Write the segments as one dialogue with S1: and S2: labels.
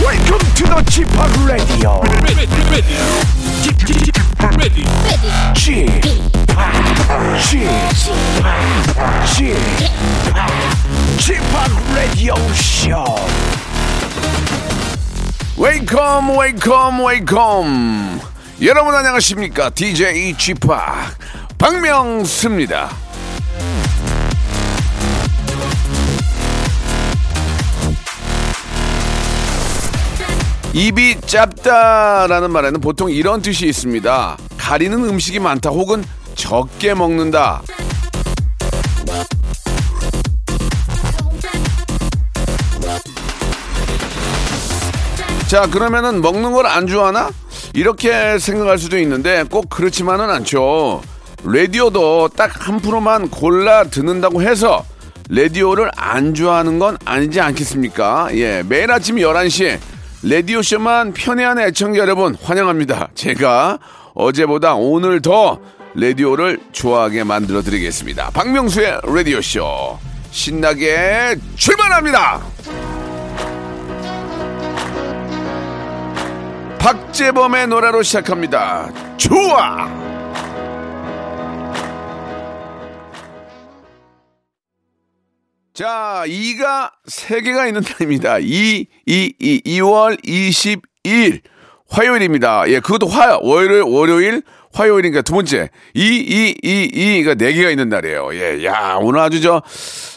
S1: Welcome to the g p o p Radio.
S2: ready, ready, ready, ready.
S1: g p o p g p o p g p o p Radio Show.
S3: 웨이컴 웨이컴 웨이컴 여러분 안녕하십니까 DJ g p o p 박명수입니다 입이 짧다라는 말에는 보통 이런 뜻이 있습니다 가리는 음식이 많다 혹은 적게 먹는다 자 그러면은 먹는 걸 안 좋아하나 이렇게 생각할 수도 있는데 꼭 그렇지만은 않죠 라디오도 딱 한 프로만 골라 듣는다고 해서 라디오를 안 좋아하는 건 아니지 않겠습니까 예 매일 아침 11시에 라디오 쇼만 편애하는 애청자 여러분 환영합니다 제가 어제보다 오늘 더 라디오를 좋아하게 만들어 드리겠습니다 박명수의 라디오 쇼 신나게 출발합니다. 박재범의 노래로 시작합니다. 좋아! 자, 2가 3개가 있는 날입니다. 2, 2, 2, 2월 22일. 화요일입니다. 예, 그것도 화, 월요일, 월요일, 화요일이니까 두 번째. 2, 2, 2, 2가 4개가 있는 날이에요. 예, 야, 오늘 아주 저,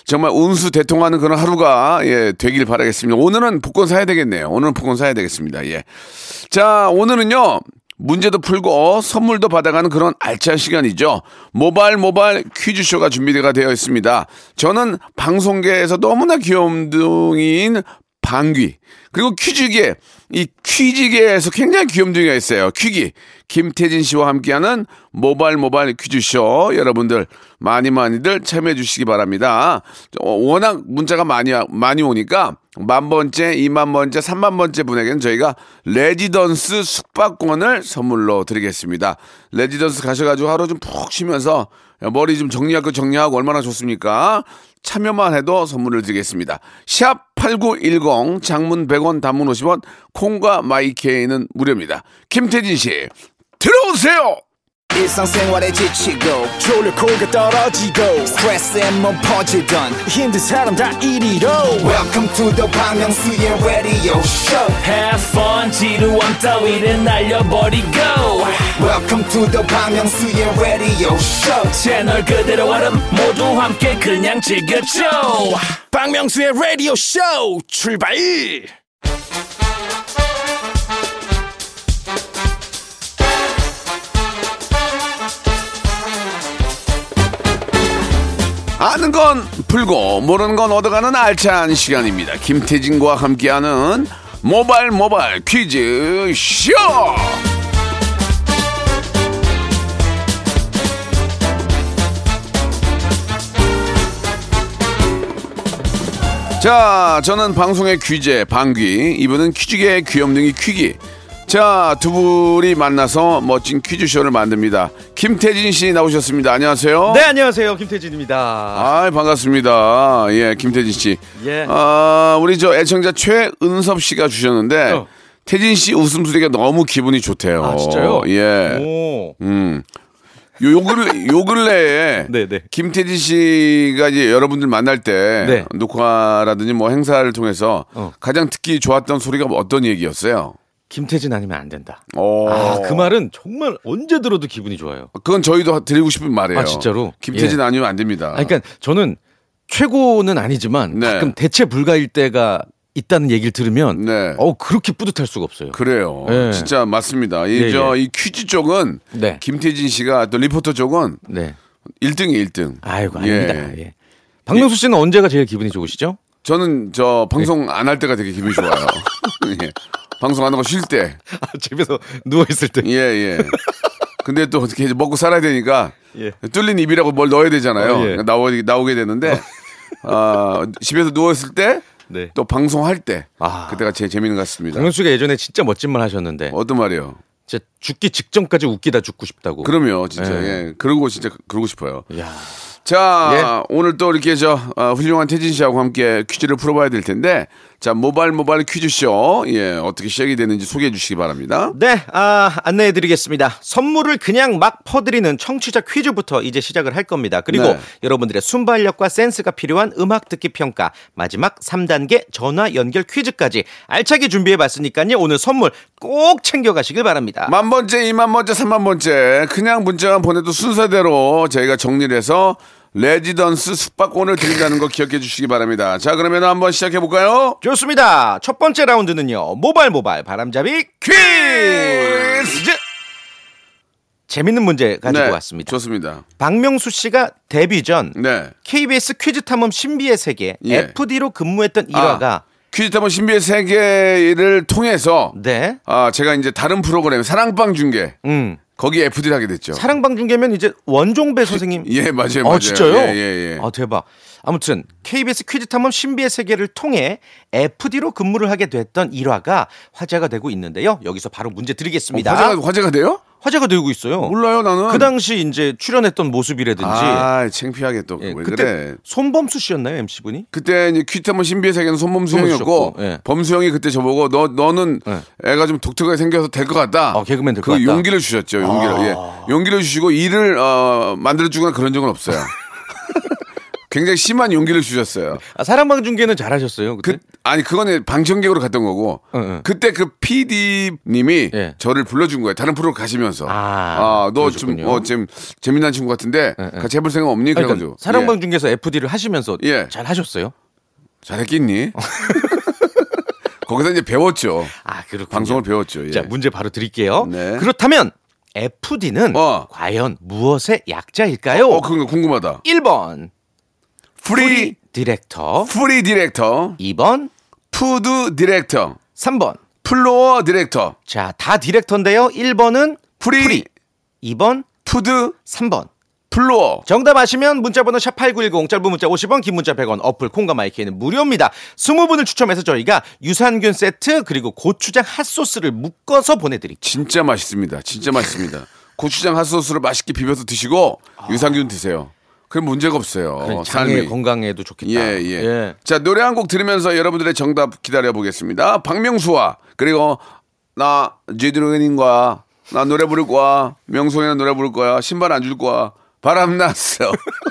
S3: 정말 운수 대통하는 그런 하루가, 예, 되길 바라겠습니다. 오늘은 복권 사야 되겠네요. 오늘은 복권 사야 되겠습니다. 예. 자, 오늘은요. 문제도 풀고 선물도 받아가는 그런 알찬 시간이죠. 모발 모발 퀴즈쇼가 준비가 되어 있습니다. 저는 방송계에서 너무나 귀염둥이인 방귀 그리고 퀴즈계 이 퀴즈계에서 굉장히 귀염둥이가 있어요. 퀴기 김태진 씨와 함께하는 모발 모발 퀴즈쇼 여러분들 많이 많이들 참여해 주시기 바랍니다. 어, 워낙 문자가 많이 와- 많이 오니까 만 번째, 이만 번째, 삼만 번째 분에게는 저희가 레지던스 숙박권을 선물로 드리겠습니다. 레지던스 가셔가지고 하루 좀 푹 쉬면서 머리 좀 정리할 거 정리하고 얼마나 좋습니까? 참여만 해도 선물을 드리겠습니다. 샵 8910 장문 100원 단문 50원 콩과 마이케이는 무료입니다. 김태진 씨 들어오세요.
S4: 일상생활에 지치고,
S1: 졸려 코가 떨어지고
S4: 스트레스에 몸 퍼지던,
S1: 힘든 사람 다 이리로.
S4: welcome to the Bang Myung-soo's radio show
S5: Have fun 지루한 따위를 날려버리고
S4: welcome to the Bang Myung-soo's radio show
S5: 채널 그대로 얼음 모두 함께 그냥 즐겨줘
S1: 박명수의 라디오 쇼 출발!
S3: 아는 건 풀고 모르는 건 얻어가는 알찬 시간입니다. 김태진과 함께하는 모발 모발 퀴즈 쇼. 자, 저는 방송의 귀재 방귀, 이분은 퀴즈계의 귀염둥이 퀴기. 자, 두 분이 만나서 멋진 퀴즈쇼를 만듭니다. 김태진 씨 나오셨습니다. 안녕하세요.
S6: 네 안녕하세요 김태진입니다.
S3: 아, 반갑습니다. 예, 김태진 씨.
S6: 예.
S3: 아, 우리 저 애청자 최은섭 씨가 주셨는데
S6: 어.
S3: 태진 씨 웃음소리가 너무 기분이 좋대요.
S6: 아, 진짜요? 음.
S3: 예.
S6: 오.
S3: 요, 요 근래, 요 근래에
S6: 네, 네.
S3: 김태진 씨가 이제 여러분들 만날 때
S6: 네.
S3: 녹화라든지 뭐 행사를 통해서
S6: 어.
S3: 가장 듣기 좋았던 소리가 뭐 어떤 얘기였어요?
S6: 김태진 아니면 안 된다.
S3: 오.
S6: 아 그 말은 정말 언제 들어도 기분이 좋아요.
S3: 그건 저희도 드리고 싶은 말이에요.
S6: 아, 진짜로?
S3: 김태진
S6: 예.
S3: 아니면 안 됩니다.
S6: 아 그러니까 저는 최고는 아니지만
S3: 네.
S6: 가끔 대체 불가일 때가 있다는 얘기를 들으면
S3: 네.
S6: 어 그렇게 뿌듯할 수가 없어요.
S3: 그래요.
S6: 예.
S3: 진짜 맞습니다.
S6: 예,
S3: 이, 저,
S6: 예.
S3: 이 퀴즈 쪽은
S6: 네.
S3: 김태진 씨가 또 리포터 쪽은
S6: 네.
S3: 1등이에요, 1등.
S6: 아이고
S3: 예.
S6: 아닙니다. 예. 박명수 씨는 언제가 제일 기분이 좋으시죠?
S3: 저는 저 방송 안 할 때가 되게 기분이 좋아요. 예. 방송 안 하고 쉴 때.
S6: 아, 집에서 누워 있을 때.
S3: 예, 예. 근데 또 어떻게 이제 먹고 살아야 되니까
S6: 예.
S3: 뚫린 입이라고 뭘 넣어야 되잖아요. 그러니까
S6: 어, 예. 어.
S3: 나오, 나오게 되는데 아, 집에서 누워있을 때
S6: 네.
S3: 또 방송할 때
S6: 아.
S3: 그때가 제일 재밌는 것 같습니다.
S6: 박명수 씨가 예전에 진짜 멋진 말 하셨는데
S3: 어떤 말이요?
S6: 진짜 죽기 직전까지 웃기다 죽고 싶다고.
S3: 그럼요, 진짜.
S6: 예.
S3: 예. 그러고 진짜 그러고 싶어요.
S6: 야. 예?
S3: 자, 오늘 또 이렇게 저 어, 훌륭한 태진 씨하고 함께 퀴즈를 풀어봐야 될 텐데 자, 모발 모발 퀴즈쇼. 예, 어떻게 시작이 되는지 소개해 주시기 바랍니다.
S6: 네, 아, 안내해 드리겠습니다. 선물을 그냥 막 퍼드리는 청취자 퀴즈부터 이제 시작을 할 겁니다. 그리고
S3: 네.
S6: 여러분들의 순발력과 센스가 필요한 음악 듣기 평가, 마지막 3단계 전화 연결 퀴즈까지 알차게 준비해 봤으니까요. 오늘 선물 꼭 챙겨 가시길 바랍니다.
S3: 만 번째, 이만 번째, 삼만 번째. 그냥 문자만 보내도 순서대로 저희가 정리를 해서 레지던스 숙박권을 드린다는 거 기억해 주시기 바랍니다. 자, 그러면 한번 시작해 볼까요?
S6: 좋습니다. 첫 번째 라운드는요. 모발 모발 바람잡이
S3: 퀴즈!
S6: 퀴즈. 재밌는 문제 가지고 왔습니다.
S3: 네, 좋습니다.
S6: 박명수 씨가 데뷔 전
S3: 네.
S6: KBS 퀴즈 탐험 신비의 세계
S3: 예. 아.
S6: FD로 근무했던 일화가
S3: 퀴즈 타본 신비의 세계를 통해서
S6: 네.
S3: 아, 제가 이제 다른 프로그램 사랑방 중계
S6: 음.
S3: 거기 FD를 하게 됐죠.
S6: 사랑방 중계면 이제 원종배 선생님.
S3: 예, 맞아요,
S6: 아,
S3: 맞아요.
S6: 진짜요?
S3: 예, 예, 예.
S6: 아, 대박. 아무튼 KBS 퀴즈 탐험 신비의 세계를 통해 FD로 근무를 하게 됐던 일화가 화제가 되고 있는데요. 여기서 바로 문제 드리겠습니다.
S3: 어, 화제가, 화제가 돼요?
S6: 화제가 되고 있어요.
S3: 몰라요, 나는.
S6: 아, 그 당시 이제 출연했던 모습이라든지
S3: 아, 창피하게 또
S6: 예,
S3: 왜
S6: 그때
S3: 그래?
S6: 손범수 씨였나요 MC 분이?
S3: 그때 이제 퀴즈 한번 신비의 세계는 손범수 형이었고
S6: 손범수 예.
S3: 범수 형이 그때 저보고 너 너는 애가 좀 독특하게 생겨서 될 것 같다.
S6: 어, 개그맨 될것
S3: 그
S6: 같다. 아.
S3: 용기를 주셨죠. 용기를 예. 용기를 주시고 일을 어, 만들어주거나 그런 적은 없어요. 굉장히 심한 용기를 주셨어요.
S6: 아, 사랑방 중계는 잘하셨어요. 그때?
S3: 그 아니 그거는 방청객으로 갔던 거고
S6: 네? 응, 응.
S3: 그때 그 PD님이
S6: 예.
S3: 저를 불러준 거예요. 다른 프로 가시면서
S6: 아,
S3: 아너좀
S6: 그러셨군요. 예,
S3: 어, 지금 재미난 친구 같은데 같이 해볼 생각 없니?
S6: 아니, 그러니까
S3: 그래가지고
S6: 사랑방
S3: 예.
S6: 중계에서 FD를 하시면서
S3: 예.
S6: 잘 하셨어요?
S3: 잘했겠니? 거기서 이제 배웠죠.
S6: 아, 그렇군요.
S3: 방송을 배웠죠. 예.
S6: 자, 문제 바로 드릴게요.
S3: 네.
S6: 그렇다면 FD는
S3: 어.
S6: 과연 무엇의 약자일까요?
S3: 어 그거 궁금하다.
S6: 1번
S3: 프리
S6: 디렉터,
S3: 프리 디렉터,
S6: 2번,
S3: 푸드 디렉터,
S6: 3번.
S3: 플로어 디렉터,
S6: 자, 다 디렉터인데요. 1번은
S3: 프리,
S6: 프리, 2번,
S3: 푸드
S6: 3번.
S3: 플로어.
S6: 정답 아시면 문자번호 샵8910 짧은 문자 50원 긴 문자 100원 어플 콩과 마이크는 무료입니다 20분을 추첨해서 저희가 유산균 세트 그리고 고추장 핫소스를 묶어서 보내드릴게요
S3: 진짜 맛있습니다. 진짜 맛있습니다. 고추장 핫소스를 맛있게 비벼서 드시고 유산균 드세요. 그럼 문제가 없어요.
S6: 장애
S3: 삶이.
S6: 건강에도 좋겠다
S3: 예, 예, 자, 노래 한 곡 들으면서 여러분들의 정답 기다려 보겠습니다. 박명수와 그리고 나 제드로겐인과 나 노래 부를 거야. 명성이는 노래 부를 거야. 신발 안 줄 거야. 바람 났어.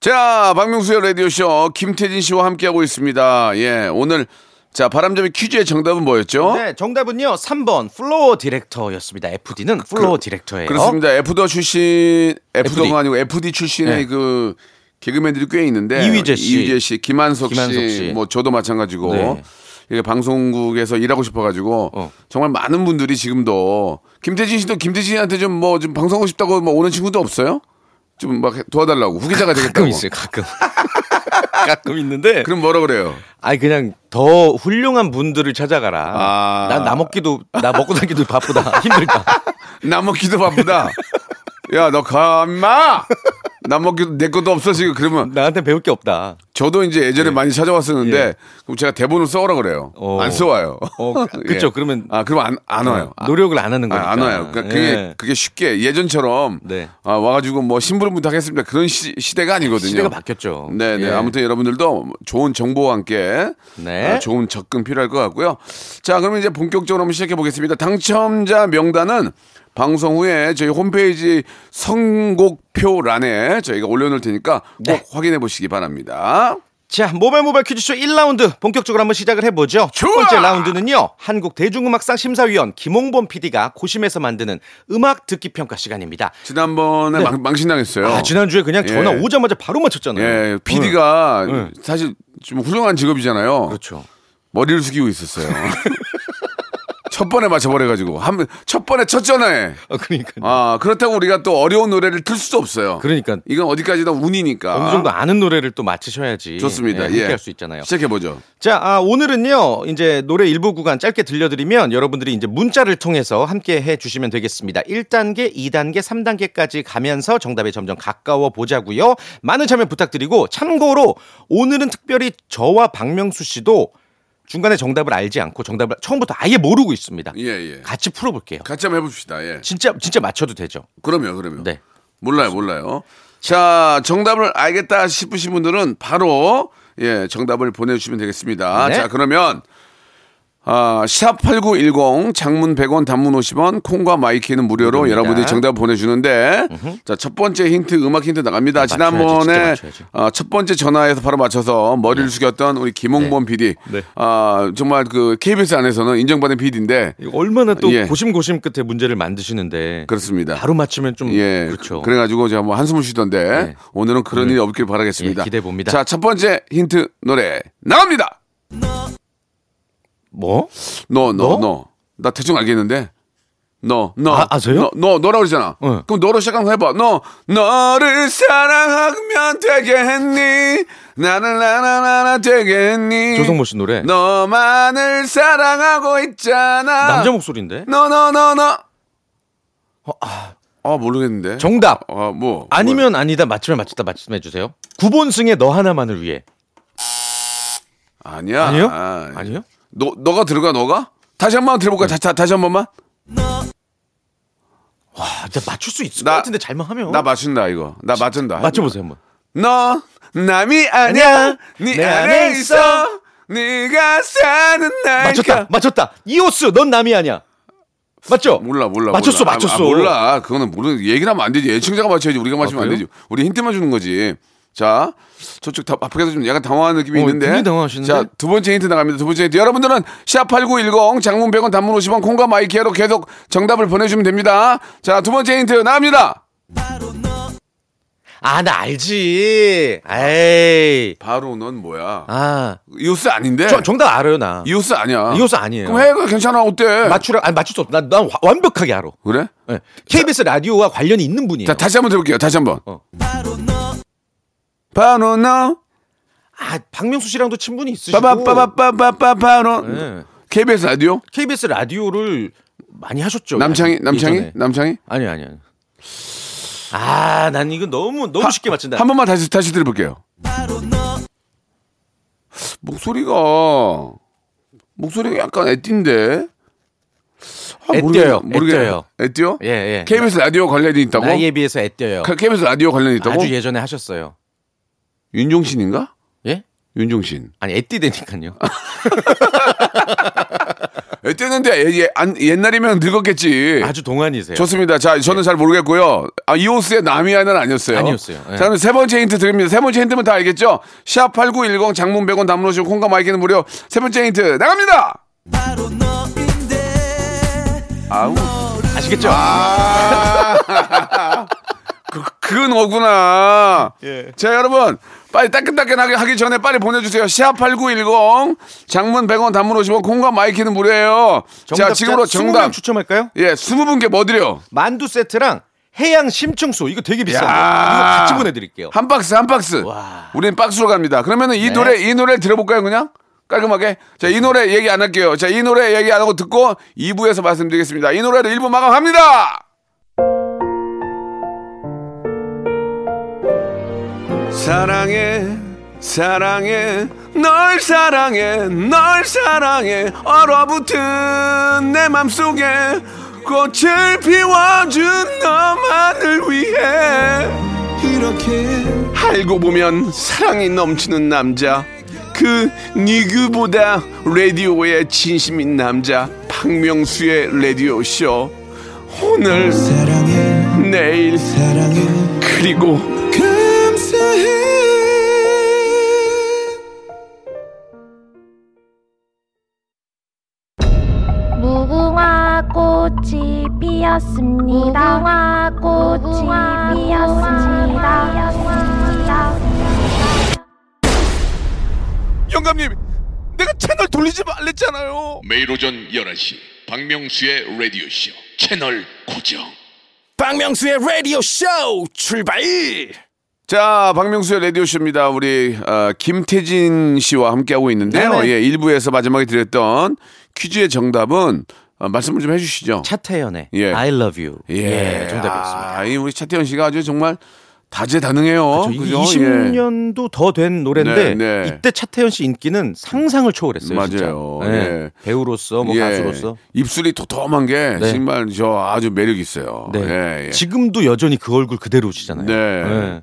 S3: 자, 박명수의 라디오쇼 김태진 씨와 함께하고 있습니다. 예, 오늘 자, 바람잡이 퀴즈의 정답은 뭐였죠?
S6: 네, 정답은요 3번 플로어 디렉터였습니다 FD는 네. 플로어 디렉터예요
S3: 그, 그렇습니다. F더 출신, F더가
S6: FD.
S3: 아니고 FD 출신의
S6: 네.
S3: 그 개그맨들이 꽤 있는데
S6: 이휘재 씨.
S3: 이휘재 씨, 김한석,
S6: 김한석
S3: 씨,
S6: 씨.
S3: 뭐 저도 마찬가지고
S6: 네.
S3: 이게 방송국에서 일하고 싶어가지고
S6: 어.
S3: 정말 많은 분들이 지금도 김태진 씨도 김태진한테 좀 뭐 좀 방송하고 싶다고 뭐 오는 친구도 없어요? 좀 막 도와달라고 후기자가 되겠다고.
S6: 가끔 있어요 가끔 가끔 있는데
S3: 그럼 뭐라 그래요?
S6: 아니 그냥 더 훌륭한 분들을 찾아가라
S3: 아.
S6: 난 나 먹기도 나 먹고 살기도 바쁘다 힘들다
S3: 나뭐 먹기도 바쁘다. 야 너 가마. 나뭐 먹기도 내 것도 없어 지금 그러면
S6: 나한테 배울 게 없다
S3: 저도 이제 예전에 많이 찾아왔었는데
S6: 예.
S3: 그럼 제가 대본을 써오라 그래요.
S6: 어.
S3: 안 써와요.
S6: 어, 그- 그쵸. 그러면-
S3: 아 그럼 안, 안 와요. 아,
S6: 네, 노력을 안 하는 거니까
S3: 아, 안 와요. 그러니까 그게
S6: 예.
S3: 그게 쉽게 예전처럼
S6: 네.
S3: 아, 와가지고 뭐 심부름 부탁했습니다. 그런 시, 시대가 아니거든요.
S6: 시대가 바뀌었죠.
S3: 네네.
S6: 예.
S3: 아무튼 여러분들도 좋은 정보와 함께
S6: 네.
S3: 아, 좋은 접근 필요할 것 같고요. 자, 그러면 이제 본격적으로 한번 시작해 보겠습니다. 당첨자 명단은 방송 후에 저희 홈페이지 선곡표란에 저희가 올려놓을 테니까 꼭
S6: 네.
S3: 확인해 보시기 바랍니다.
S6: 자, 모바일 모바일 퀴즈쇼 1라운드 본격적으로 한번 시작을 해보죠. 첫
S3: 좋아!
S6: 번째 라운드는요, 한국 대중음악상 심사위원 김홍범 PD가 고심해서 만드는 음악 듣기 평가 시간입니다.
S3: 지난번에 망, 망신당했어요.
S6: 네. 아, 지난주에 네. 그냥 전화
S3: 예.
S6: 오자마자 바로 맞췄잖아요.
S3: 예, PD가 사실 좀 훌륭한 직업이잖아요.
S6: 네. 그렇죠.
S3: 머리를 숙이고 있었어요. 첫 번에 맞춰버려가지고 한 첫 번에 첫 전화에
S6: 아, 그러니까.
S3: 아 그렇다고 우리가 또 어려운 노래를 틀 수도 없어요.
S6: 그러니까.
S3: 이건 어디까지나 운이니까.
S6: 어느 정도 아는 노래를 또 맞히셔야지.
S3: 좋습니다.
S6: 예.
S3: 예,
S6: 함께 할 수 있잖아요.
S3: 시작해 보죠.
S6: 자, 아, 오늘은요, 이제 노래 일부 구간 짧게 들려드리면 여러분들이 이제 문자를 통해서 함께 해 주시면 되겠습니다. 1단계, 2단계, 3단계까지 가면서 정답에 점점 가까워 보자고요 많은 참여 부탁드리고, 참고로 오늘은 특별히 저와 박명수 씨도 중간에 정답을 알지 않고 정답을 처음부터 아예 모르고 있습니다.
S3: 예, 예.
S6: 같이 풀어볼게요.
S3: 같이 한번 해봅시다. 예.
S6: 진짜, 진짜 맞춰도 되죠.
S3: 그럼요, 그럼요.
S6: 네.
S3: 몰라요, 몰라요. 자, 정답을 알겠다 싶으신 분들은 바로 예, 정답을 보내주시면 되겠습니다.
S6: 네.
S3: 자, 그러면 아, 샵8910 장문 100원 단문 50원 콩과 마이키는 무료로
S6: 무료입니다.
S3: 여러분들이 정답 보내주는데 자, 첫 번째 힌트 음악 힌트 나갑니다. 지난번에
S6: 직접 맞춰야지. 네.
S3: 아, 첫 번째 전화에서 바로 맞춰서 머리를 숙였던 우리 김홍범 PD. 아, 정말 그 KBS 안에서는 인정받은 PD인데
S6: 이거 얼마나 또
S3: 예.
S6: 고심고심 끝에 문제를 만드시는데
S3: 그렇습니다.
S6: 바로 맞추면 좀
S3: 예,
S6: 그렇죠.
S3: 그래가지고 제가 뭐 한숨을 쉬던데
S6: 예.
S3: 오늘은 그런 일이 없길 바라겠습니다.
S6: 예, 기대해 봅니다.
S3: 자, 첫 번째 힌트 노래 나갑니다.
S6: 뭐?
S3: 너, 너,
S6: 너?
S3: 너. 나 대충 알겠는데. 너, 너.
S6: 아, 아세요?
S3: 너, 너, 너라고 그러잖아.
S6: 어.
S3: 그럼 너로 시작하면 해봐. 너, 너를 사랑하면 되겠니? 나는 나나나나 되겠니?
S6: 조성모 씨 노래.
S3: 너만을 사랑하고 있잖아.
S6: 남자 목소리인데.
S3: 너, 너, 너, 너. 아, 모르겠는데.
S6: 어, 정답.
S3: 아, 뭐.
S6: 어, 아니면 아니다 맞추면 맞췄다 맞추면 해주세요. 구본승의 너 하나만을 위해.
S3: 뭐. 아니야.
S6: 아니요?
S3: 아,
S6: 아니요?
S3: 너, 너가 들어가, 너가? 다시 한 번 들어볼까? 다, 다, 다시 한 번만?
S6: 아, 진짜 맞출 수 있을
S3: 나-
S6: 것 같은데 잘만 하면.
S3: 나 맞춘다, 이거. 나 맞춘다.
S6: 어? 맞춰보세요 한번.
S3: 너 남이 아니야
S6: 아니야.
S3: 네
S6: 내
S3: 안에
S6: 안에
S3: 있어 네가 사는 날
S6: 맞췄다. 맞췄다. 이오스 넌 남이 아니야. 맞죠?
S3: 몰라 몰라
S6: 맞췄어,
S3: 몰라. 아,
S6: 맞췄어.
S3: 아, 몰라 그거는 모르 얘기를 하면 안 되지 애청자가 맞춰야지 우리가 맞추면 안
S6: 아, 그래요?
S3: 되지 우리 힌트만 주는 거지 자 저쪽 다 앞에서 좀 약간 당황한 느낌이
S6: 어,
S3: 있는데
S6: 굉장히 당황하시는데?
S3: 자두 번째 힌트 나갑니다 두 번째 힌트 여러분들은 샵8910 장문 100원 단문 50원 콩과 마이키로 계속 정답을 보내주면 됩니다 자 두 번째 힌트 나갑니다
S6: 아 나 알지. 에이.
S3: 바로 넌 뭐야
S6: 아.
S3: 이웃스 아닌데
S6: 저, 정답 알아요 나.
S3: 네. 이웃스 아니야
S6: 이웃스 아니에요.
S3: 그럼 해가 괜찮아 어때
S6: 맞추라. 아니 맞출 수 없어. 난, 난 와- 완벽하게 알아.
S3: 그래?
S6: 예. KBS 라디오와 관련이 있는 분이에요.
S3: 자 다시 한번 들어볼게요. 다시 한번.
S6: 어.
S3: 바로 너.
S6: 아 박명수 씨랑도 친분이 있으시고.
S3: 빠바빠바빠바빠 바로.
S6: 예.
S3: KBS 라디오?
S6: KBS 라디오를 많이 하셨죠.
S3: 남창희
S6: 예전에.
S3: 남창희 남창희.
S6: 아니 아니 아니. 아, 난 이거 너무 너무 쉽게 맞춘다.
S3: 한 번만 다시 다시 들어볼게요. 목소리가 목소리가 약간 애띠인데. 아,
S6: 애띠어요,
S3: 모르겠어요.
S6: 애띠어요.
S3: 애띠요?
S6: 예, 예.
S3: KBS 라디오 관련이 있다고?
S6: 나이에 비해서 애껴요.
S3: 가- KBS 라디오 관련이 있다고?
S6: 아주 예전에 하셨어요.
S3: 윤종신인가?
S6: 예?
S3: 윤종신.
S6: 아니 애띠 되니까요.
S3: 애띠는데 예, 예, 안- 옛날이면 늙었겠지.
S6: 아주 동안이세요.
S3: 예. 좋습니다. 자, 저는 잘 모르겠고요. 아, 이오스의 남이아는 아니었어요.
S6: 예. 아니었어요. 예.
S3: 자, 그럼 세 번째 힌트 드립니다. 세 번째 힌트면 다 알겠죠? 샵8910 장문 100원 담으시고 콩과 마이크는 무료. 세 번째 힌트 나갑니다! 아우.
S6: 아시겠죠?
S3: 아. 그, 그건 오구나.
S6: 예.
S3: 자, 여러분. 빨리 따끈따끈하게 하기 전에 빨리 보내주세요. 샵8910 장문 100원 담문 50원 콩과 마이키는 무료예요. 자,
S6: 정답자
S3: 지금으로
S6: 20명
S3: 정답.
S6: 추첨할까요?
S3: 예, 20분께 뭐 드려?
S6: 만두 세트랑 해양 심층수 이거 되게 비싼데
S3: 야.
S6: 이거 같이 보내드릴게요.
S3: 한 박스 한 박스.
S6: 와. 네.
S3: 우리는 박스로 갑니다. 그러면은 이 노래 이 노래 들어볼까요 그냥? 깔끔하게. 자, 이 노래 얘기 안 할게요. 자, 이 노래 얘기 안 하고 듣고 2부에서 말씀드리겠습니다. 이 노래로 1부 마감합니다. 사랑해 사랑해 널 사랑해 널 사랑해 얼어붙은 내 맘속에 꽃을 피워준 너만을 위해 이렇게 알고 보면 사랑이 넘치는 남자 그 니그보다 라디오에 진심인 남자 박명수의 라디오쇼 오늘 사랑해 내일 사랑해 그리고
S7: 무궁화 꽃이 피었습니다. 무궁화 꽃이 피었습니다.
S3: 영감님 내가 채널 돌리지 말랬잖아요
S2: 매일 오전 11시 박명수의 라디오쇼 채널 고정
S5: 박명수의 라디오 쇼 출발
S3: 자, 박명수의 라디오쇼입니다. 우리 어, 김태진 씨와 함께하고 있는데요.
S6: 네네.
S3: 예, 1부에서 마지막에 드렸던 퀴즈의 정답은 어, 말씀을 좀 해주시죠.
S6: 차태현의
S3: 예.
S6: I Love You.
S3: 예,
S6: 예, 정답이었습니다.
S3: 아, 이 우리 차태현 씨가 아주 정말 다재다능해요.
S6: 저 이게
S3: 아, 그죠? 예.
S6: 20년도 더 된
S3: 네,
S6: 노래인데
S3: 네.
S6: 이때 차태현 씨 인기는 상상을 초월했어요.
S3: 맞아요.
S6: 진짜.
S3: 예.
S6: 배우로서 뭐
S3: 예.
S6: 가수로서.
S3: 입술이 도톰한 게
S6: 네.
S3: 정말 저 아주 매력 있어요.
S6: 네.
S3: 예, 네. 예.
S6: 지금도 여전히 그 얼굴 그대로시잖아요.
S3: 네.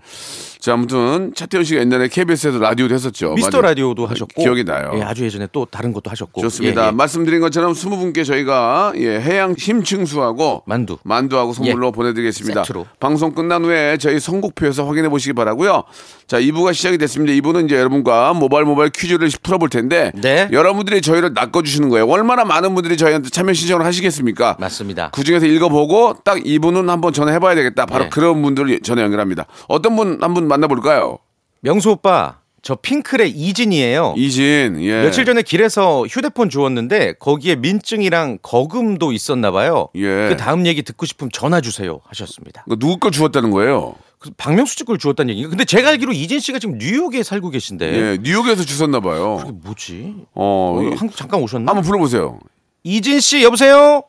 S3: 자, 아무튼 차태현 씨가 옛날에 KBS에서 라디오도 했었죠.
S6: 미스터
S3: 어, 맞아요.
S6: 라디오도 하셨고
S3: 기억이 나요.
S6: 예, 아주 예전에 또 다른 것도 하셨고
S3: 좋습니다.
S6: 예, 예.
S3: 말씀드린 것처럼 20분께 저희가 예, 해양 심층수하고
S6: 만두. 예.
S3: 만두하고 선물로 보내드리겠습니다.
S6: 세트로.
S3: 방송 끝난 후에 저희 선곡표에서 확인해 보시기 바라고요. 자, 2부가 시작이 됐습니다. 2부는 이제 여러분과 모바일 모바일 퀴즈를 풀어볼 텐데
S6: 네.
S3: 여러분들이 저희를 낚아주시는 거예요. 얼마나 많은 분들이 저희한테 참여 신청을 하시겠습니까?
S6: 맞습니다.
S3: 그 중에서 읽어보고 딱 이분은 한번 전화해봐야 되겠다. 바로
S6: 네.
S3: 그런 분들을 전화 연결합니다. 어떤 분 한 분 만나볼까요?
S6: 명수 오빠 저 핑클의 이진이에요.
S3: 이진. 예.
S6: 며칠 전에 길에서 휴대폰 주웠는데 거기에 민증이랑 거금도 있었나 봐요.
S3: 예.
S6: 그 다음 얘기 듣고 싶으면 전화 주세요 하셨습니다.
S3: 그거 누구 걸 주었다는 거예요?
S6: 그래서 박명수 씨 걸 주웠다는 얘기. 근데 제가 알기로 이진 씨가 지금 뉴욕에 살고 계신데
S3: 예, 뉴욕에서 주셨나 봐요.
S6: 이게 뭐지?
S3: 어,
S6: 어,
S3: 이-
S6: 한국 잠깐 오셨나?
S3: 한번 불러보세요.
S6: 이진 씨 여보세요.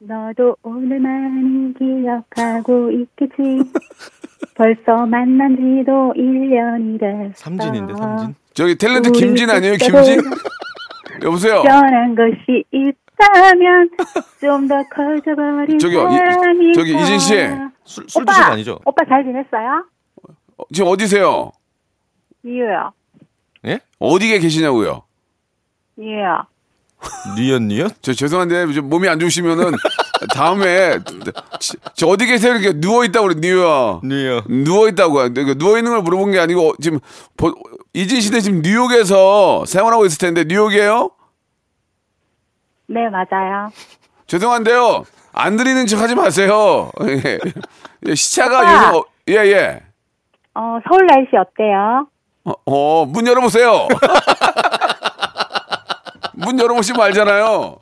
S8: 너도 오늘만 기억하고 있겠지. 벌써 만난 지도 1년이 됐어. 아.
S6: 삼진인데 삼진.
S3: 저기 탤런트
S8: 우리
S3: 김진 아니에요?
S8: 그때도
S3: 김진? 여보세요.
S8: 변한 것이 있다면 좀 더 커져버린
S3: 저기
S8: 사람이
S3: 이, 저기 이진 씨
S6: 술, 술
S8: 오빠!
S6: 드신 거 아니죠?
S8: 오빠 잘 지냈어요?
S3: 어, 지금 어디세요?
S8: 이유요.
S6: 예?
S3: 어디에 계시냐고요?
S8: 이유요.
S6: 니언 니언?
S3: 저 죄송한데 좀 몸이 안 좋으시면은 다음에 저, 저 어디 계세요? 이렇게 누워 있다고 그래 뉴욕.
S6: 니언.
S3: 누워 있다고 그러니까 누워 있는 걸 물어본 게 아니고 어, 지금 보- 이진 씨는 지금 뉴욕에서 생활하고 있을 텐데 뉴욕이에요?
S8: 네, 맞아요.
S3: 죄송한데요. 안 들리는 척 하지 마세요. 예. 예, 시차가
S8: 오빠.
S3: 요즘 어- 예 예.
S8: 어, 서울 날씨 어때요?
S3: 어, 어, 문 열어보세요. 문 열어보시면 알잖아요.
S8: 어,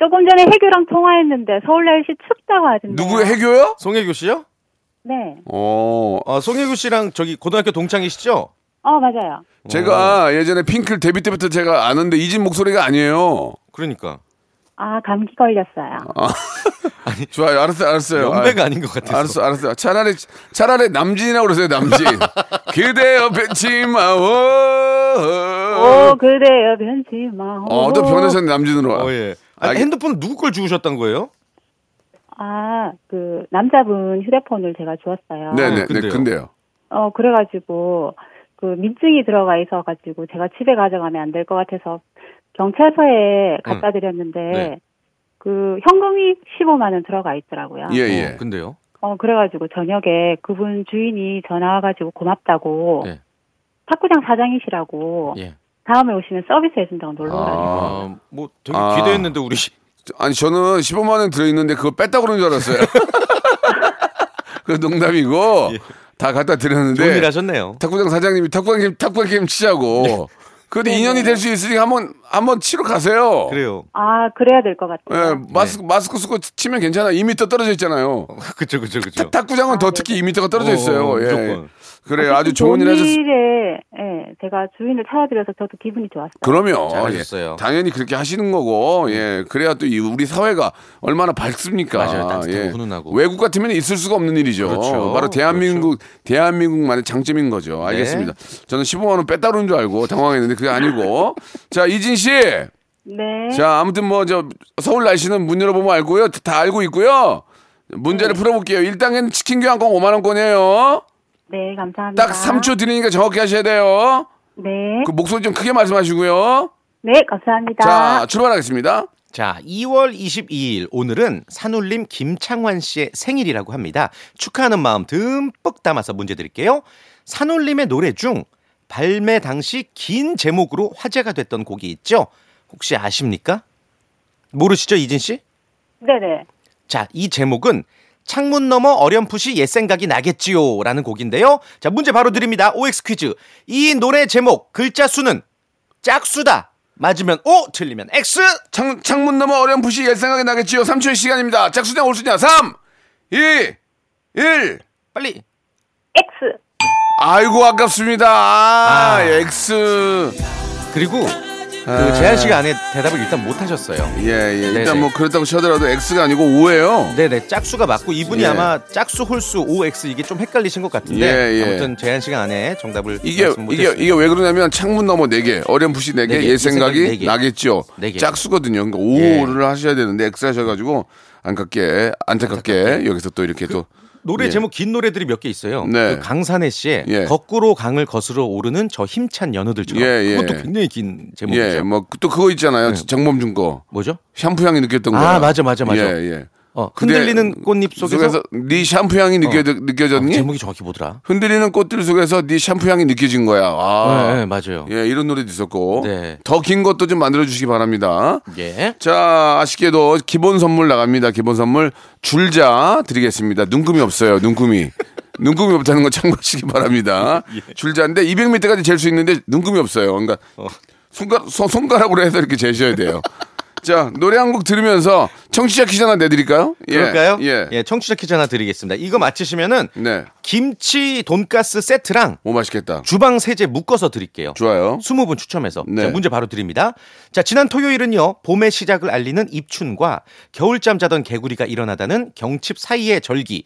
S8: 조금 전에 해교랑 통화했는데 서울 날씨 춥다고 하던데.
S3: 누구
S6: 네.
S3: 해교요?
S6: 송혜교 씨요?
S8: 네.
S3: 어,
S6: 아 송혜교 씨랑 저기 고등학교 동창이시죠? 어,
S8: 어, 맞아요.
S3: 제가 예전에 핑클 데뷔 때부터 제가 아는데 이진 목소리가 아니에요.
S6: 그러니까
S8: 아, 감기 걸렸어요.
S3: 좋아요, 알았어요, 알았어요.
S6: 연배가
S3: 아,
S6: 아닌 것 같아서.
S3: 알았어, 알았어. 차라리 차라리 남진이라고 그러세요, 남진. 그대 옆에 치마오.
S8: 오, 어, 그래요. 변치 마.
S3: 어, 또 변하셨네 남진으로.
S6: 어, 예. 아,
S3: 알겠-
S6: 핸드폰 누구 걸 주우셨던 거예요?
S8: 아, 그 남자분 휴대폰을 제가 주었어요.
S3: 네, 네, 네.
S6: 근데요?
S3: 근데요.
S8: 어, 그래가지고 그 민증이 들어가 있어가지고 제가 집에 가져가면 안 될 것 같아서 경찰서에 갖다 드렸는데
S6: 네.
S8: 그 현금이 15만 원 들어가 있더라고요.
S3: 예,
S6: 어,
S3: 예.
S6: 근데요?
S8: 어, 그래가지고 저녁에 그분 주인이 전화 와가지고 고맙다고
S6: 예.
S8: 탁구장 사장이시라고
S6: 예.
S8: 다음에 오시면 서비스 해준다고 놀러 오라고.
S3: 어? 아.
S6: 아, 뭐 되게
S3: 아.
S6: 기대했는데 우리
S3: 아니 저는 15만 원 들어있는데 그거 뺐다 그런 줄 알았어요. 그 농담이고 다 갖다
S6: 예. 좋은 일
S3: 드렸는데
S6: 하셨네요.
S3: 탁구장 사장님이 탁구장 게임 탁구장 게임
S6: 네.
S3: 치자고. 그래도 인연이 될 수 있으니 한번 한번 치러 가세요.
S6: 그래요. 네.
S8: 아, 그래야 될 것 같아요.
S3: 예, 마스크 마스크 쓰고 치면 괜찮아. 2미터 떨어져 있잖아요.
S6: 그쵸 그쵸 그쵸.
S3: 탁구장은 더 특히 2미터가 떨어져 있어요.
S6: 아, 네. 어,
S3: 예.
S6: 무조건.
S3: 그래 요 아주 좋은 일 하셨.
S8: 일에 예, 제가 주인을 찾아드려서 저도 기분이 좋았어요.
S3: 그러면
S6: 잘하셨어요. 음.
S3: 예, 당연히 그렇게 하시는 거고 예 그래야 또 이 우리 사회가 얼마나 밝습니까? 예.
S6: 맞아요. 따뜻하고 훈훈하고.
S3: 외국 같으면 있을 수가 없는 일이죠.
S6: 그렇죠. 네.
S3: 바로 대한민국 대한민국만의 장점인 거죠. 알겠습니다. 저는 15만 원 뺐다는 줄 알고 당황했는데 그게 아니고 자 이진 씨.
S8: 네.
S3: 자 아무튼 뭐 저 서울 날씨는 문 열어보면 알고요. 다 알고 있고요. 문제를 풀어볼게요. 1단계는 치킨 교환권 5만 원권이에요.
S8: 네, 감사합니다.
S3: 딱 3초 드리니까 정확히 하셔야 돼요.
S8: 네.
S3: 그 목소리 좀 크게 말씀하시고요.
S8: 네, 감사합니다.
S3: 자 출발하겠습니다.
S6: 자, 2월 22일 오늘은 산울림 김창환 씨의 생일이라고 합니다. 축하하는 마음 듬뿍 담아서 문제 드릴게요. 산울림의 노래 중 발매 당시 긴 제목으로 화제가 됐던 곡이 있죠. 혹시 아십니까? 모르시죠, 이진 씨?
S8: 네네.
S6: 자, 이 제목은 창문 너머 어렴풋이 옛 생각이 나겠지요 라는 곡인데요. 자, 문제 바로 드립니다. OX 퀴즈. 이 노래 제목 글자 수는 짝수다. 맞으면 O, 틀리면 X.
S3: 창, 창문 너머 어렴풋이 옛 생각이 나겠지요. 3초의 시간입니다. 짝수냐 올수냐. 3, 2, 1.
S6: 빨리.
S8: X.
S3: 아이고 아깝습니다. 아,
S6: 아.
S3: X.
S6: 그리고 그
S3: 아.
S6: 재한 씨가 안에 대답을 일단 못 하셨어요.
S3: 예, 예. 일단
S6: 네네.
S3: 뭐 그렇다고 쳐더라도 X가 아니고 5예요.
S6: 네네 짝수가 맞고 이분이
S3: 예.
S6: 아마 짝수 홀수 OX 이게 좀 헷갈리신 것 같은데
S3: 예, 예.
S6: 아무튼 재한 씨가 안에 정답을
S3: 이게
S6: 말씀
S3: 이게
S6: 못했습니다.
S3: 이게 왜 그러냐면 창문 너머 4개, 어렴풋이
S6: 네
S3: 4개,
S6: 개,
S3: 옛
S6: 옛 생각이 네
S3: 생각이
S6: 개.
S3: 나겠지요.
S6: 네 개. 예.
S3: 짝수거든요. 그러니까 5를 하셔야 되는데 X 하셔 가지고 안깝게 안타깝게 여기서 또 이렇게 또
S6: 노래
S3: 예.
S6: 제목 긴 노래들이 몇 개 있어요.
S3: 네.
S6: 그 강산혜 씨의
S3: 예.
S6: 거꾸로 강을 거스러 오르는 저 힘찬 연어들처럼
S3: 예, 예.
S6: 그것도 굉장히 긴 제목이죠.
S3: 예, 뭐 또 그거 있잖아요. 정범준 거
S6: 뭐죠?
S3: 샴푸 향이 느꼈던 거.
S6: 아, 맞아, 맞아, 맞아.
S3: 예, 예.
S6: 어, 흔들리는
S3: 그대-
S6: 꽃잎 속에서,
S3: 네 샴푸 향이 느껴
S6: 아,
S3: 느껴졌니?
S6: 제목이 정확히 뭐더라?
S3: 흔들리는 꽃들 속에서 네 샴푸 향이 느껴진 거야. 아,
S6: 네, 네, 맞아요.
S3: 예, 이런 노래도 있었고
S6: 네.
S3: 더 긴 것도 좀 만들어 주시기 바랍니다.
S6: 예.
S3: 자, 아쉽게도 기본 선물 나갑니다. 기본 선물 줄자 드리겠습니다. 눈금이 없어요. 눈금이. 눈금이 없다는 건 참고하시기 바랍니다.
S6: 예.
S3: 줄자인데 200m까지 잴 수 있는데 눈금이 없어요. 그러니까 손가, 손, 손가락으로 해서 이렇게 재셔야 돼요. 자, 노래 한 곡 들으면서 청취자 퀴즈 하나 내드릴까요? 예,
S6: 그럴까요?
S3: 예.
S6: 청취자 퀴즈 하나 드리겠습니다. 이거 맞히시면은
S3: 네.
S6: 김치 돈가스 세트랑
S3: 오, 맛있겠다.
S6: 주방 세제 묶어서 드릴게요.
S3: 좋아요.
S6: 20분 추첨해서
S3: 네.
S6: 자, 문제 바로 드립니다. 자, 지난 토요일은요. 봄의 시작을 알리는 입춘과 겨울잠 자던 개구리가 일어나다는 경칩 사이의 절기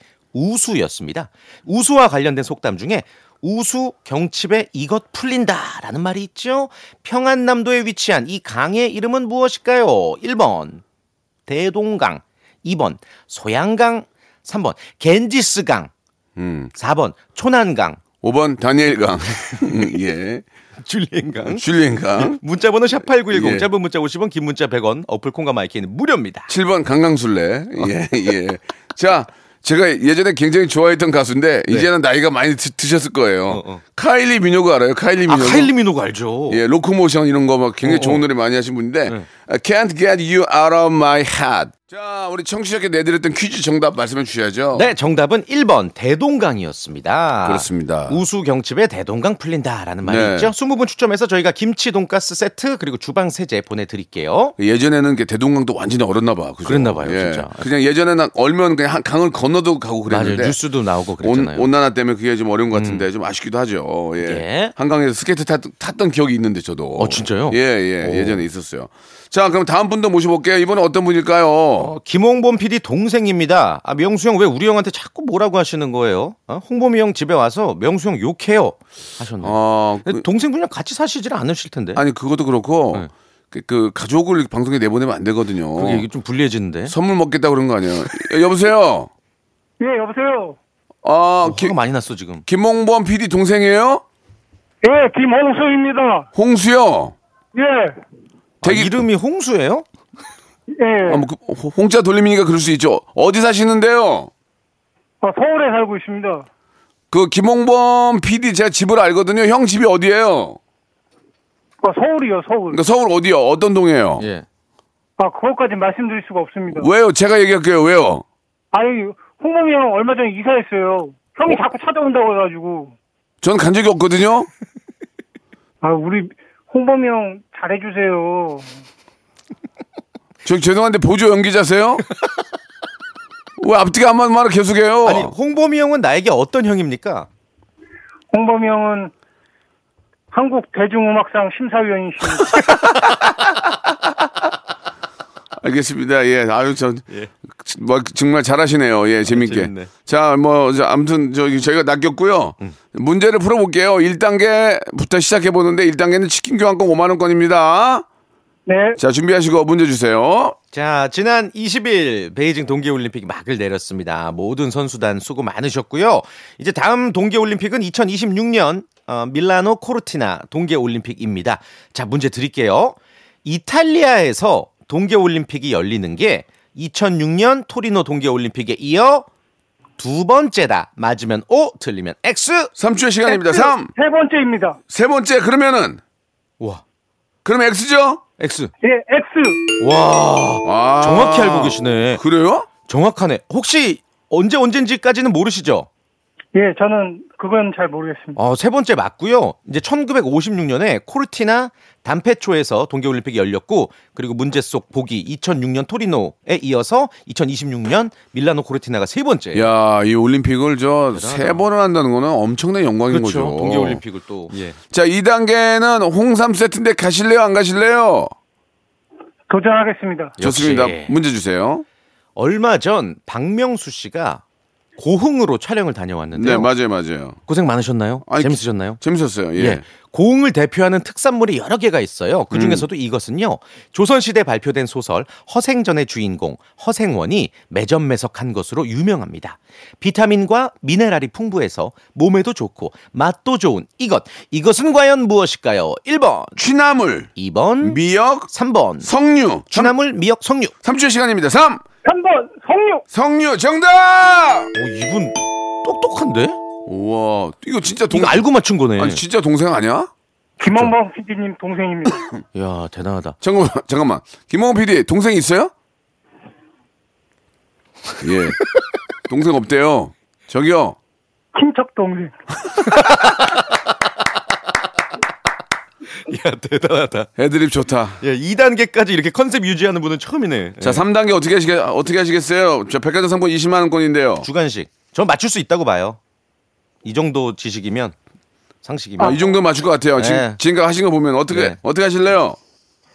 S6: 우수였습니다. 우수와 관련된 속담 중에 우수 경칩에 이것 풀린다라는 말이 있죠. 평안남도에 위치한 이 강의 이름은 무엇일까요? 1번 대동강, 2번 소양강, 3번 겐지스강, 4번 초난강,
S3: 5번 다니엘강. 예.
S6: 줄리엔강.
S3: 줄리엔강.
S6: 문자번호 샵8910
S3: 예.
S6: 짧은 문자 50원 긴 문자 100원 어플 콩과 마이키는 무료입니다
S3: 7번 강강술래. 예, 예. 자, 제가 예전에 굉장히 좋아했던 가수인데 이제는 나이가 많이 드, 드셨을 거예요.
S6: 네. 어.
S3: 카일리 미노가 알아요? 카일리
S6: 아
S3: 미노.
S6: 카일리 미노가 알죠
S3: 예, 로코모션 이런 거 막 굉장히
S6: 어,
S3: 좋은
S6: 어.
S3: 노래 많이 하신 분인데 I Can't Get You Out of My Head. 자, 우리 청취자께 내드렸던 퀴즈 정답 말씀해 주셔야죠.
S6: 네 정답은 1번 대동강이었습니다
S3: 그렇습니다.
S6: 우수 경칩에 대동강 풀린다라는 말이
S3: 네.
S6: 있죠 20분 추첨해서 저희가 김치 돈가스 세트 그리고 주방 세제 보내드릴게요
S3: 예전에는 이게 대동강도 완전히 얼었나 봐. 그죠?
S6: 그랬나 봐요,
S3: 예.
S6: 진짜.
S3: 그냥 예전에는 얼면 그냥 한- 강을 건너도 가고
S6: 맞아요
S3: 그랬는데
S6: 뉴스도 나오고
S3: 네. 온,
S6: 그랬잖아요 음.
S3: 온난화 때문에 그게 좀 어려운 것 같은데 좀 아쉽기도 하죠. 예.
S6: 예.
S3: 한강에서 스케이트 탔, 던 기억이 있는데 저도.
S6: 어, 진짜요?
S3: 예, 예.
S6: 오.
S3: 예전에 있었어요. 자, 그럼 다음 분도 모셔볼게요. 이번엔 어떤 분일까요?
S6: 어, 김홍범 PD 동생입니다. 아, 명수 형 왜 우리 형한테 자꾸 뭐라고 하시는 거예요? 어? 홍범이 형 집에 와서 명수 형 욕해요 하셨나요?
S3: 어,
S6: 네.
S3: 그-
S6: 동생분이랑 같이 사시질 않으실 텐데.
S3: 아니, 그것도 그렇고 그, 그 가족을 방송에 내보내면 안 되거든요.
S6: 네. 그게 이게 좀 불리해지는데.
S3: 선물 먹겠다 그런 거 아니에요? 여- 여보세요?
S9: 예, 여보세요.
S3: 아,
S6: 어,
S3: 기,
S6: 화가 많이 났어 지금.
S3: 김홍범 PD 동생이에요?
S9: 예, 김홍수입니다.
S3: 홍수요?
S9: 예,
S3: 되게-
S6: 아, 이름이 홍수예요?
S9: 예.
S3: 아, 뭐, 그, 홍- 홍자 돌림이니까 그럴 수 있죠. 어디 사시는데요?
S9: 아, 서울에 살고 있습니다. 아,
S3: 그 김홍범 PD 제가 집을 알거든요. 형 집이 어디예요?
S9: 아, 서울이요, 서울.
S3: 그러니까 서울 어디요? 어떤 동이에요?
S6: 예.
S9: 아, 그것까지 말씀드릴 수가 없습니다.
S3: 왜요? 제가 얘기할게요. 왜요?
S9: 아니, 홍범이 형 얼마 전에 이사했어요. 형이 자꾸 찾아온다고 해가지고.
S3: 저는 간 적이 없거든요.
S9: 아, 우리 홍범이 형 잘해주세요.
S3: 저 죄송한데 보조 연기자세요? 왜 앞뒤가 안 맞는 말을 계속해요?
S6: 아니 홍범이 형은 나에게 어떤 형입니까?
S9: 홍범이 형은 한국 대중음악상 심사위원이십니다.
S3: 알겠습니다. 예, 아유 전 뭐, 정말 잘하시네요. 예, 재밌게.
S6: 아, 재밌네. 음.
S3: 자, 뭐 자, 아무튼 저기 저희가 낚였고요. 문제를 풀어볼게요. 1단계부터 시작해 보는데 1단계는 치킨 교환권 5만 원권입니다.
S9: 네.
S3: 자, 준비하시고 문제 주세요.
S6: 자, 지난 20일 베이징 동계올림픽 막을 내렸습니다. 모든 선수단 수고 많으셨고요. 이제 다음 동계올림픽은 2026년 어, 밀라노 코르티나 동계올림픽입니다. 자, 문제 드릴게요. 이탈리아에서 동계올림픽이 열리는 게 2006년 토리노 동계올림픽에 이어 두 번째다. 맞으면 O, 틀리면 X.
S3: 3초의 시간입니다. 3.
S9: 세 번째입니다.
S3: 세 번째 그러면은
S6: 와,
S3: 그럼 X죠?
S6: X.
S9: 예, X.
S6: 와,
S3: 아.
S6: 정확히 알고 계시네.
S3: 그래요?
S6: 정확하네. 혹시 언제 언젠지까지는 모르시죠?
S9: 예, 저는 그건 잘 모르겠습니다.
S6: 어, 세 번째 맞고요. 이제 1956년에 코르티나 단페초에서 동계올림픽이 열렸고 그리고 문제 속 보기 2006년 토리노에 이어서 2026년 밀라노 코르티나가 세 번째.
S3: 야, 이 올림픽을 저 세 번을 한다는 거는 엄청난 영광인
S6: 그렇죠.
S3: 거죠. 예,
S6: 동계올림픽을 또.
S3: 자, 2단계는 홍삼 세트인데 가실래요? 안 가실래요?
S9: 도전하겠습니다.
S6: 역시. 예.
S3: 좋습니다. 문제 주세요.
S6: 얼마 전 박명수 씨가 고흥으로 촬영을 다녀왔는데
S3: 네,
S6: 요
S3: 맞아요, 맞아요.
S6: 고생 많으셨나요?
S3: 아니,
S6: 재밌으셨나요?
S3: 재밌었어요. 예.
S6: 예. 고흥을 대표하는 특산물이 여러 개가 있어요. 그 중에서도 이것은요. 조선시대 발표된 소설 허생전의 주인공 허생원이 매점매석한 것으로 유명합니다. 비타민과 미네랄이 풍부해서 몸에도 좋고 맛도 좋은 이것. 이것은 과연 무엇일까요? 1번,
S3: 취나물,
S6: 2번,
S3: 미역,
S6: 3번.
S3: 석류.
S6: 추나물, 미역, 석류.
S3: 3초 시간입니다. 3.
S9: 3번 성류
S3: 석류 정답!
S6: 오, 이분 똑똑한데?
S3: 우와, 이거 진짜 동
S6: 이거 알고 맞춘 거네.
S3: 아니 진짜 동생 아니야?
S9: 김원범 PD님 동생입니다.
S6: 야, 대단하다.
S3: 잠깐만, 잠깐만. 김홍 PD 동생 있어요? 예. 동생 없대요. 저기요.
S9: 친척 동생.
S6: 야, 대단하다.
S3: 애드립 좋다.
S6: 야, 2단계까지 이렇게 컨셉 유지하는 분은 처음이네.
S3: 자, 3단계 어떻게 하시겠, 어떻게 하시겠어요? 저 백화점 상품 20만원권인데요.
S6: 주간식. 전 맞출 수 있다고 봐요. 이 정도 지식이면 상식이면
S3: 아, 이 정도 맞출 것 같아요.
S6: 네.
S3: 지금, 지금까지 하신 거 보면 어떻게,
S6: 네.
S3: 어떻게 하실래요?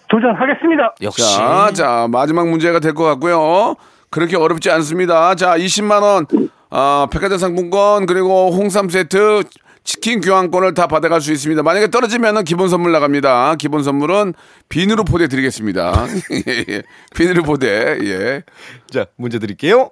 S9: 도전하겠습니다.
S6: 역시
S3: 자, 자, 마지막 문제가 될 것 같고요. 그렇게 어렵지 않습니다. 자, 20만원, 아, 백화점 상품권, 그리고 홍삼 세트, 치킨 교환권을 다 받아갈 수 있습니다. 만약에 떨어지면은 기본 선물 나갑니다. 기본 선물은 비누로 포대 드리겠습니다. 예, 예. 비누로 포대, 예.
S6: 자 문제 드릴게요.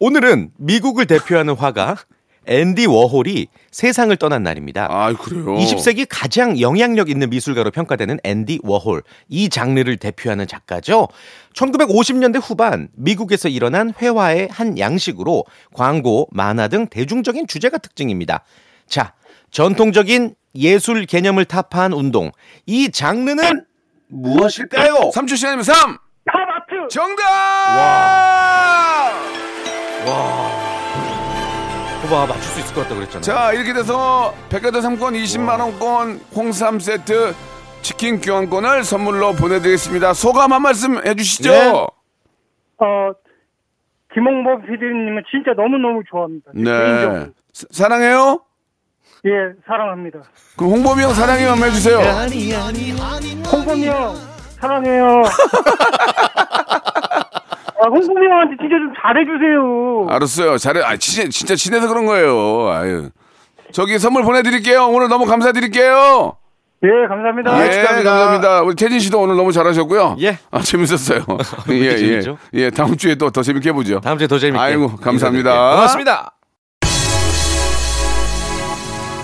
S6: 오늘은 미국을 대표하는 화가 앤디 워홀이 세상을 떠난 날입니다.
S3: 아, 그래요.
S6: 20세기 가장 영향력 있는 미술가로 평가되는 앤디 워홀. 이 장르를 대표하는 작가죠. 1950년대 후반 미국에서 일어난 회화의 한 양식으로 광고, 만화 등 대중적인 주제가 특징입니다. 자, 전통적인 예술 개념을 타파한 운동. 이 장르는 무엇일까요?
S3: 3초 시간이면 3!
S9: 팝아트
S3: 정답!
S6: 봐봐, 맞출 수 있을 것 같다 그랬잖아.
S3: 자 이렇게 돼서 백화점 상권 20만 원권 홍삼 세트 치킨 교환권을 선물로 보내드리겠습니다. 소감 한 말씀 해주시죠.
S6: 네.
S9: 어 김홍범 PD님은 진짜 너무 너무 좋아합니다.
S3: 네.
S9: 개인적으로.
S3: 사- 사랑해요.
S9: 예 사랑합니다.
S3: 그럼 홍범이 형 사랑해요 한번 해주세요.
S6: 네,
S9: 홍범이 형 사랑해요. 아 홍범이 형한테 진짜 좀 잘해주세요.
S3: 알았어요. 잘해. 아 진짜 진짜 친해서 그런 거예요. 아유. 저기 선물 보내드릴게요. 오늘 너무 감사드릴게요.
S9: 예 감사합니다.
S3: 예, 감사합니다. 우리 태진 씨도 오늘 너무 잘하셨고요.
S6: 아, 예.
S3: 아, 재밌었어요. 예,
S6: 이렇게
S3: 예.
S6: 재밌죠?
S3: 예, 다음 주에 또 더 재밌게 해보죠.
S6: 다음 주에 더 재밌게.
S3: 아이고, 감사합니다.
S6: 인사드릴게요. 고맙습니다.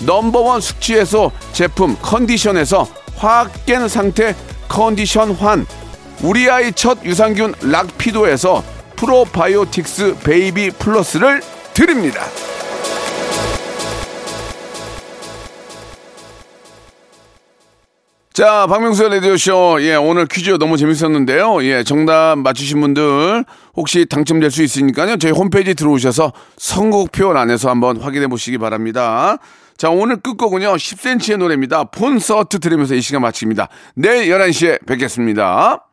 S3: 넘버원 숙취해소 제품 컨디션에서 화학 깬 상태 컨디션 환 우리 아이 첫 유산균 락피도에서 프로바이오틱스 베이비 플러스를 드립니다. 자, 박명수의 라디오쇼. 예, 오늘 퀴즈 너무 재밌었는데요. 예, 정답 맞추신 분들 혹시 당첨될 수 있으니까요. 저희 홈페이지 들어오셔서 선곡표 안에서 한번 확인해 보시기 바랍니다. 자, 오늘 끝곡은요. 10cm의 노래입니다. 폰서트 들으면서 이 시간 마칩니다. 내일 11시에 뵙겠습니다.